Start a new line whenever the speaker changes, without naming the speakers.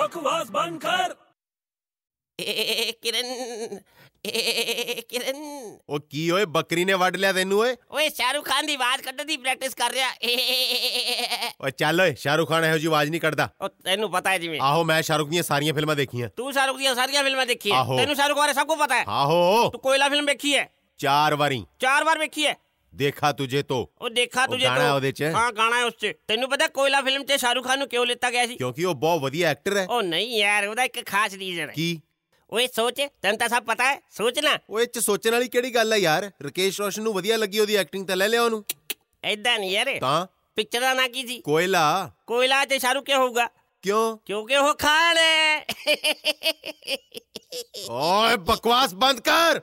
बकवास बंद कर
ਏ ਕਿਰਨ ਏ ਕਿਰਨ
ਉਹ ਕੀ ਓਏ ਬੱਕਰੀ ਨੇ ਵੱਢ ਲਿਆ ਤੈਨੂੰ ਓਏ
ਓਏ ਸ਼ਾਹਰੁਖ ਖਾਨ ਦੀ ਆਵਾਜ਼ ਕੱਢਣ ਦੀ ਪ੍ਰੈਕਟਿਸ ਕਰ ਰਿਹਾ ਏ
ਓਏ ਚੱਲ ਓਏ ਸ਼ਾਹਰੁਖ ਖਾਨ ਇਹੋ ਜਿਹੀ ਆਵਾਜ਼ ਨਹੀਂ ਕੱਢਦਾ
ਉਹ ਤੈਨੂੰ ਪਤਾ ਹੈ ਜਿਵੇਂ
ਆਹੋ ਮੈਂ ਸ਼ਾਹਰੁਖ ਦੀਆਂ ਸਾਰੀਆਂ ਫਿਲਮਾਂ ਦੇਖੀਆਂ
ਤੂੰ ਸ਼ਾਹਰੁਖ ਦੀਆਂ ਸਾਰੀਆਂ ਫਿਲਮਾਂ ਦੇਖੀ ਹੈ
ਆਹੋ।
ਤੈਨੂੰ ਸ਼ਾਹਰੁਖ ਬਾਰੇ ਸਭ ਕੁਝ ਪਤਾ ਹੈ
ਆਹੋ
ਤੂੰ ਕੋਇਲਾ ਫਿਲਮ ਵੇਖੀ ਹੈ
ਚਾਰ ਵਾਰੀ
ਚਾਰ ਵਾਰ ਵੇਖੀ ਹੈ
ਦੇਖਾ ਤੁਝੇ ਤੋ
ਉਹ ਦੇਖਾ
ਉਹ
ਤੁਝੇ
ਗਾਣਾ ਉਹਦੇ 'ਚ?
ਹਾਂ ਗਾਣਾ ਹੈ ਉਸ 'ਚ ਤੈਨੂੰ ਪਤਾ ਕੋਇਲਾ ਫਿਲਮ 'ਚ ਸ਼ਾਹਰੁਖ ਖਾਨ ਨੂੰ ਕਿਉਂ ਲਿੱਤਾ ਗਿਆ ਸੀ
ਕਿਉਂਕਿ ਉਹ ਬਹੁਤ ਵਧੀਆ ਐਕਟਰ ਹੈ
ਉਹ ਨਹੀਂ ਯਾਰ ਉਹਦਾ ਇੱਕ ਖਾਸ ਰੀਜ਼ਨ ਹੈ
ਕੀ
ਓਏ ਸੋਚ ਤੈਨੂੰ ਤਾਂ ਸਭ ਪਤਾ ਹੈ ਸੋਚ ਨਾ
ਓਏ ਇਹ ਚ ਸੋਚਣ ਵਾਲੀ ਕਿਹੜੀ ਗੱਲ ਹੈ ਯਾਰ ਰਕੇਸ਼ ਰੋਸ਼ਨ ਨੂੰ ਵਧੀਆ ਲੱਗੀ ਉਹਦੀ ਐਕਟਿੰਗ ਤਾਂ ਲੈ ਲਿਆ ਉਹਨੂੰ
ਐਦਾਂ ਨਹੀਂ ਯਾਰ
ਤਾਂ
ਪਿਕਚਰ ਦਾ ਨਾਂ ਕੀ ਸੀ
ਕੋਇਲਾ
ਕੋਇਲਾ ਤੇ ਸ਼ਾਹਰੁਖ ਕਿਉਂ ਹੋਊਗਾ
ਕਿਉਂ
ਕਿਉਂਕਿ ਉਹ ਖਾਣ ਹੈ
ਓਏ ਬਕਵਾਸ ਬੰਦ ਕਰ